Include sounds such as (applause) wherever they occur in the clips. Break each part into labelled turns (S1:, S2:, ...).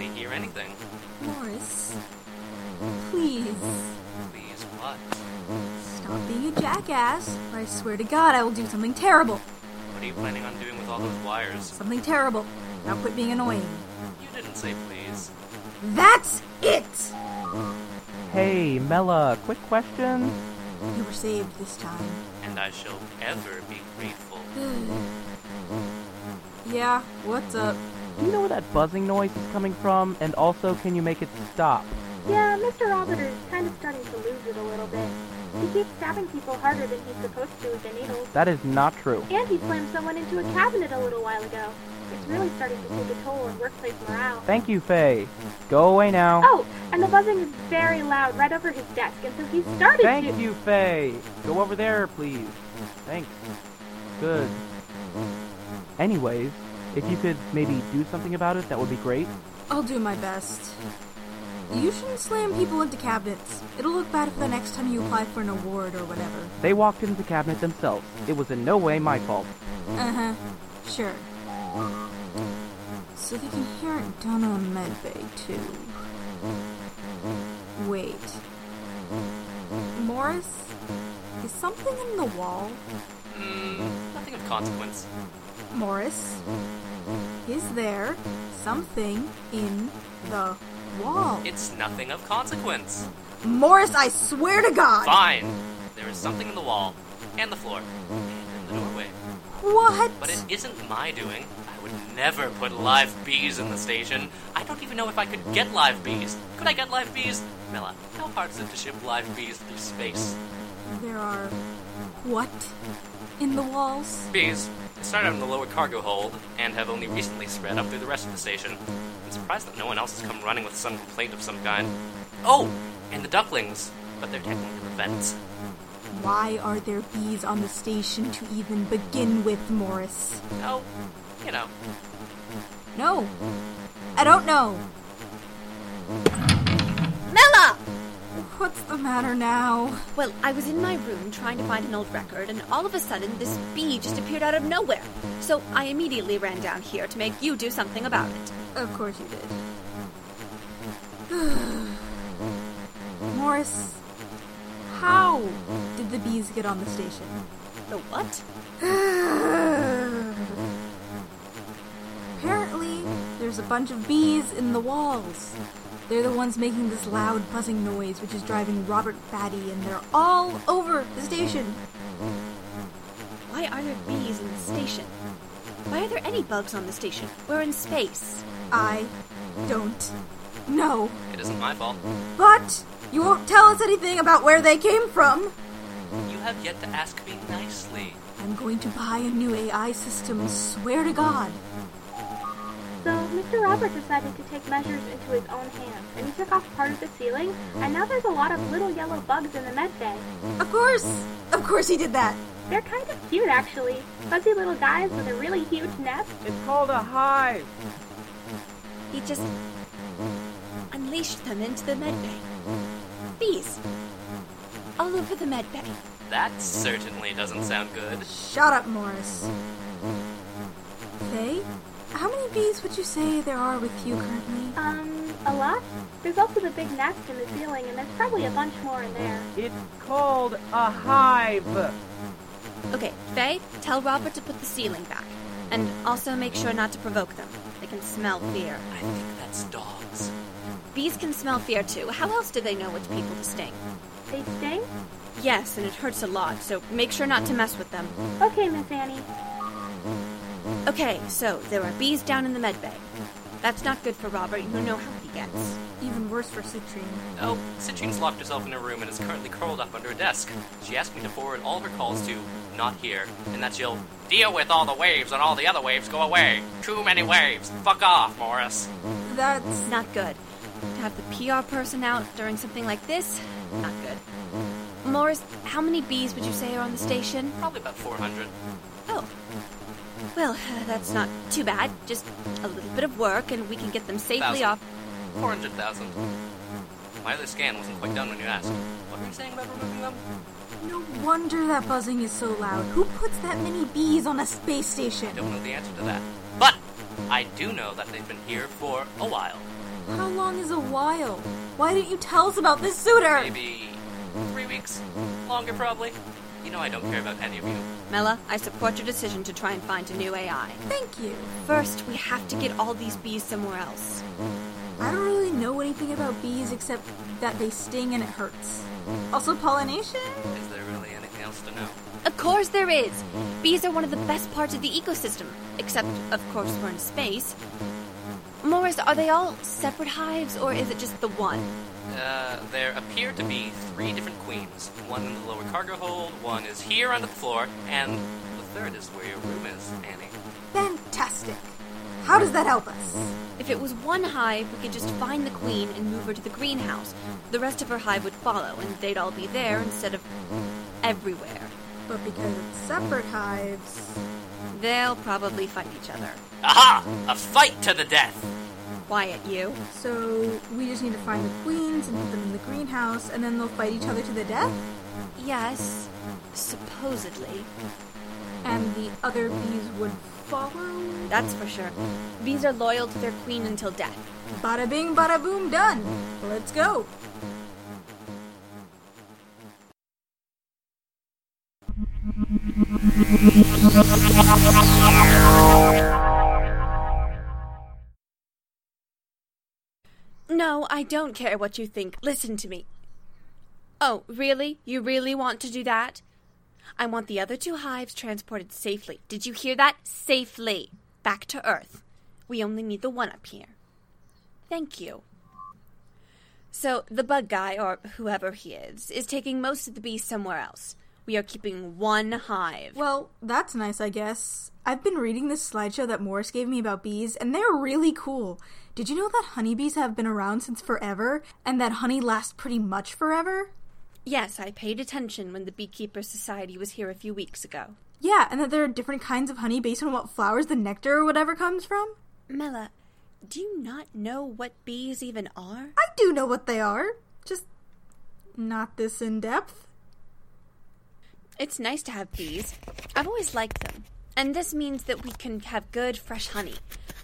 S1: something.
S2: Morris, please.
S1: Please, what?
S2: Stop being a jackass, or I swear to God I will do something terrible.
S1: What are you planning on doing with all those wires?
S2: Something terrible. Now quit being annoying.
S1: You didn't say please.
S2: That's it!
S3: Hey, Mela, quick question?
S2: You were saved this time.
S1: And I shall ever be grateful.
S2: yeah, what's up?
S3: Do you know where that buzzing noise is coming from? And also, can you make it stop?
S4: Yeah, Mr. Robert is kind of starting to lose it a little bit. He keeps stabbing people harder than he's supposed to with the needles.
S3: That is not true.
S4: And he slammed someone into a cabinet a little while ago. It's really starting to take a toll on workplace morale.
S3: Thank you, Faye. Go away now.
S4: Oh, and the buzzing is very loud right over his desk, and so he started to.
S3: Thank you, Faye. Go over there, please. Thanks. Good. Anyways, if you could maybe do something about it, that would be great.
S2: I'll do my best. You shouldn't slam people into cabinets. It'll look bad for the next time you apply for an award or whatever.
S3: They walked into the cabinet themselves. It was in no way my fault.
S2: Uh huh. Sure. So they can hear it done on medbay too. Wait. Morris, is something in the wall?
S1: Mm, nothing of consequence.
S2: Morris, is there something in the wall?
S1: It's nothing of consequence.
S2: Morris, I swear to God.
S1: Fine. There is something in the wall, and the floor, and in the doorway.
S2: What?
S1: But it isn't my doing. I would never put live bees in the station. I don't even know if I could get live bees. Could I get live bees? Mela, how hard is it to ship live bees through space?
S2: There are what in the walls?
S1: Bees. They start out in the lower cargo hold and have only recently spread up through the rest of the station. I'm surprised that no one else has come running with some complaint of some kind. Oh, and the ducklings. But they're technically the vents.
S2: Why are there bees on the station to even begin with, Morris?
S1: Oh, you know.
S2: No. I don't know.
S5: Mella!
S2: What's the matter now?
S5: Well, I was in my room trying to find an old record, and all of a sudden, this bee just appeared out of nowhere. So I immediately ran down here to make you do something about it.
S2: Of course you did. (sighs) Morris, how did the bees get on the station? (sighs)
S5: The what?
S2: Apparently, there's a bunch of bees in the walls. They're the ones making this loud buzzing noise, which is driving Robert batty, and they're all over the station.
S5: Why are there bees in the station? Why are there any bugs on the station? We're in space.
S2: I don't know.
S1: It isn't my fault.
S2: But you won't tell us anything about where they came from.
S1: You have yet to ask me nicely.
S2: I'm going to buy a new AI system, swear to God.
S4: So Mr. Robert decided to take measures into his own hands, and he took off part of the ceiling, and now there's a lot of little yellow bugs in the med bay.
S2: Of course! Of course he did that!
S4: They're kind of cute, actually. Fuzzy little guys with a really huge nest.
S3: It's called a hive.
S5: He just unleashed them into the medbay. Bees. All over the medbay.
S1: That certainly doesn't sound good.
S2: Shut up, Morris. Faye? How many bees would you say there are with you currently?
S4: Um, a lot? There's also the big nest in the ceiling, and there's probably a bunch more in there.
S3: It's called a hive.
S5: Okay, Faye, tell Robert to put the ceiling back. And also make sure not to provoke them. They can smell fear.
S1: I think that's dogs.
S5: Bees can smell fear too. How else do they know which people to sting?
S4: They sting?
S5: Yes, and it hurts a lot, so make sure not to mess with them.
S4: Okay, Miss Annie.
S5: Okay, so there are bees down in the medbay. That's not good for Robert. You know how he gets.
S2: Even worse for Citrine.
S1: Oh, Citrine's locked herself in her room and is currently curled up under a desk. She asked me to forward all of her calls to not here, and that she'll deal with all the waves and all the other waves go away. Too many waves. Fuck off, Morris.
S2: That's
S5: Not good. To have the PR person out during something like this, not good. Morris, how many bees would you say are on the station?
S1: Probably about 400.
S5: Oh. Well, uh, that's not too bad. Just a little bit of work and we can get them safely
S1: Thousand.
S5: off.
S1: 400,000. My other scan wasn't quite done when you asked. What were you saying about removing them?
S2: no wonder that buzzing is so loud. Who puts that many bees on a space
S1: I
S2: station?
S1: don't know the answer to that. But I do know that they've been here for a while.
S2: How long is a while? Why didn't you tell us about this sooner?
S1: Maybe three weeks? Longer, probably. You know I don't care about any of you.
S5: Mela, I support your decision to try and find a new AI.
S2: Thank you.
S5: First, we have to get all these bees somewhere else.
S2: I don't really know anything about bees except that they sting and it hurts. Also, pollination?
S1: Is there really anything else to know?
S5: Of course there is! Bees are one of the best parts of the ecosystem, except, of course, we're in space. Morris, are they all separate hives, or is it just the one?
S1: Uh, there appear to be three different queens. One in the lower cargo hold, one is here under the floor, and the third is where your room is, Annie.
S2: Fantastic. How does that help us?
S5: If it was one hive, we could just find the queen and move her to the greenhouse. The rest of her hive would follow, and they'd all be there instead of everywhere.
S2: But because it's separate hives.
S5: They'll probably fight each other.
S1: Aha! A fight to the death!
S5: Quiet, you.
S2: So we just need to find the queens and put them in the greenhouse, and then they'll fight each other to the death.
S5: Yes, supposedly.
S2: And the other bees would follow.
S5: That's for sure. Bees are loyal to their queen until death.
S2: Bada bing, bada boom, done. Let's go.
S5: No, I don't care what you think. Listen to me. Oh, really? You really want to do that? I want the other two hives transported safely. Did you hear that? Safely. Back to Earth. We only need the one up here. Thank you. So, the bug guy, or whoever he is, is taking most of the bees somewhere else. We are keeping one hive.
S2: Well, that's nice, I guess. I've been reading this slideshow that Morris gave me about bees, and they're really cool. Did you know that honeybees have been around since forever, and that honey lasts pretty much forever?
S5: Yes, I paid attention when the Beekeeper Society was here a few weeks ago.
S2: Yeah, and that there are different kinds of honey based on what flowers the nectar or whatever comes from?
S5: Mela, do you not know what bees even are?
S2: I do know what they are, just not this in depth.
S5: It's nice to have bees. I've always liked them. And this means that we can have good, fresh honey.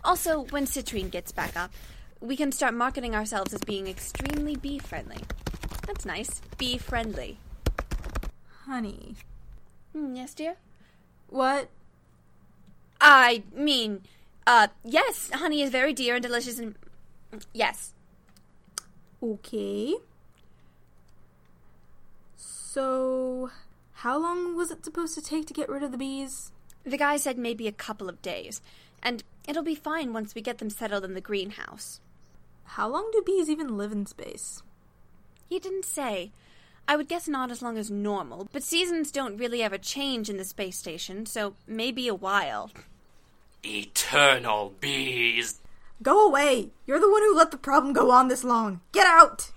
S5: Also, when citrine gets back up, we can start marketing ourselves as being extremely bee friendly. That's nice. Bee friendly.
S2: Honey.
S5: Mm, yes, dear?
S2: What?
S5: I mean, uh, yes, honey is very dear and delicious and. Yes.
S2: Okay. So, how long was it supposed to take to get rid of the bees?
S5: The guy said maybe a couple of days, and it'll be fine once we get them settled in the greenhouse.
S2: How long do bees even live in space?
S5: He didn't say. I would guess not as long as normal, but seasons don't really ever change in the space station, so maybe a while.
S1: Eternal bees!
S2: Go away! You're the one who let the problem go on this long. Get out!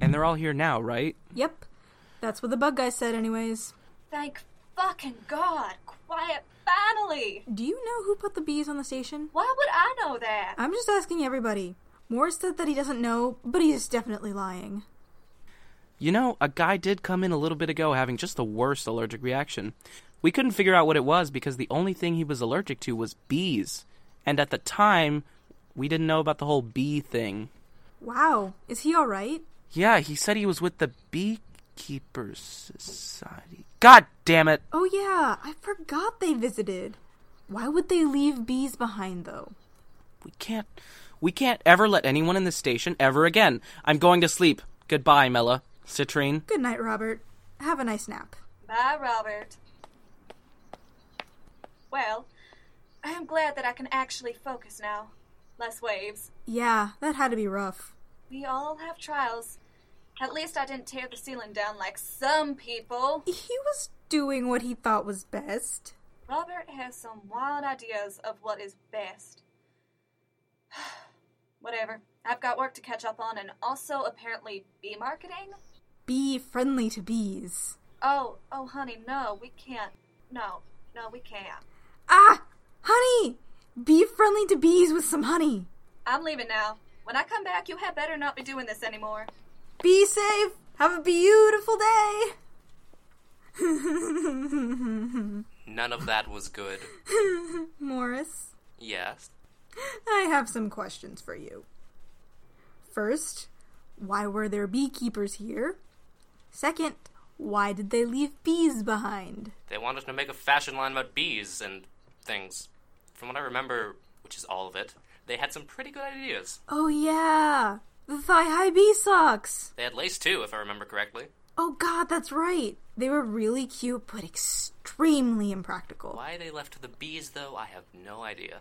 S3: And they're all here now, right?
S2: Yep. That's what the bug guy said, anyways.
S5: Thank fucking God! Quiet family!
S2: Do you know who put the bees on the station?
S5: Why would I know that?
S2: I'm just asking everybody. Morris said that he doesn't know, but he is definitely lying.
S3: You know, a guy did come in a little bit ago having just the worst allergic reaction. We couldn't figure out what it was because the only thing he was allergic to was bees. And at the time, we didn't know about the whole bee thing.
S2: Wow. Is he alright?
S3: Yeah, he said he was with the Beekeepers Society. God damn it!
S2: Oh, yeah. I forgot they visited. Why would they leave bees behind, though?
S3: We can't. We can't ever let anyone in this station ever again. I'm going to sleep. Goodbye, Mela. Citrine.
S2: Good night, Robert. Have a nice nap.
S6: Bye, Robert. Well, I am glad that I can actually focus now. Less waves.
S2: Yeah, that had to be rough.
S6: We all have trials. At least I didn't tear the ceiling down like some people.
S2: He was doing what he thought was best.
S6: Robert has some wild ideas of what is best. (sighs) Whatever. I've got work to catch up on and also apparently bee marketing.
S2: Be friendly to bees.
S6: Oh, oh, honey, no, we can't. No, no, we can't.
S2: Ah! Honey! Be friendly to bees with some honey!
S6: I'm leaving now. When I come back, you had better not be doing this anymore.
S2: Be safe. Have a beautiful day. (laughs)
S1: None of that was good.
S2: Morris,
S1: Yes.
S2: I have some questions for you. First, why were there beekeepers here? Second, why did they leave bees behind?
S1: They wanted to make a fashion line about bees and things. From what I remember, which is all of it, they had some pretty good ideas.
S2: Oh, yeah. The thigh high bee socks.
S1: They had lace too, if I remember correctly.
S2: Oh, God, that's right. They were really cute, but extremely impractical.
S1: Why they left the bees, though, I have no idea.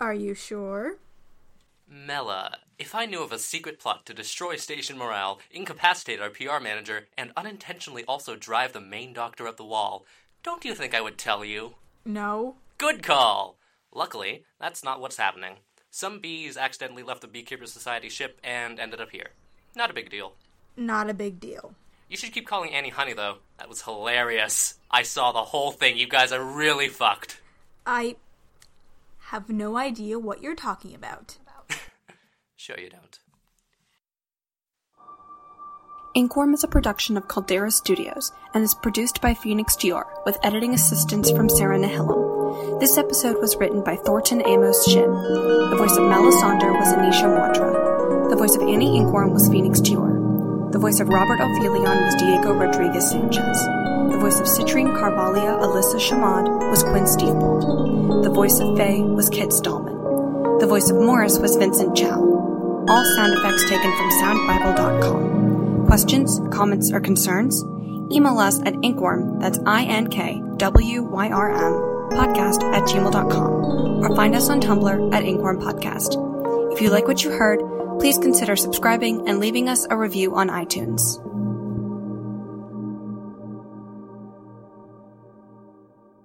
S2: Are you sure?
S1: Mela, if I knew of a secret plot to destroy station morale, incapacitate our PR manager, and unintentionally also drive the main doctor up the wall, don't you think I would tell you?
S2: No.
S1: Good call! Luckily, that's not what's happening. Some bees accidentally left the Beekeeper Society ship and ended up here. Not a big deal.
S2: Not a big deal.
S1: You should keep calling Annie Honey, though. That was hilarious. I saw the whole thing. You guys are really fucked.
S2: I have no idea what you're talking about.
S1: Sure, you don't.
S7: Inquorm is a production of Caldera Studios and is produced by Phoenix Dior with editing assistance from Sarah Nihilum. This episode was written by Thornton Amos Shin. The voice of Melisandre was Anisha Moitra. The voice of Annie Inquorm was Phoenix Dior. The voice of Robert Ophelion was Diego Rodriguez Sanchez. The voice of Citrine Carvalia Alyssa Shamad was Quinn Stevebold. The voice of Faye was Kit Stallman. The voice of Morris was Vincent Chow. All sound effects taken from soundbible.com. Questions, comments, or concerns? Email us at inkworm, that's I-N-K-W-Y-R-M, podcast at gmail.com, or find us on Tumblr at inkworm podcast. If you like what you heard, please consider subscribing and leaving us a review on iTunes.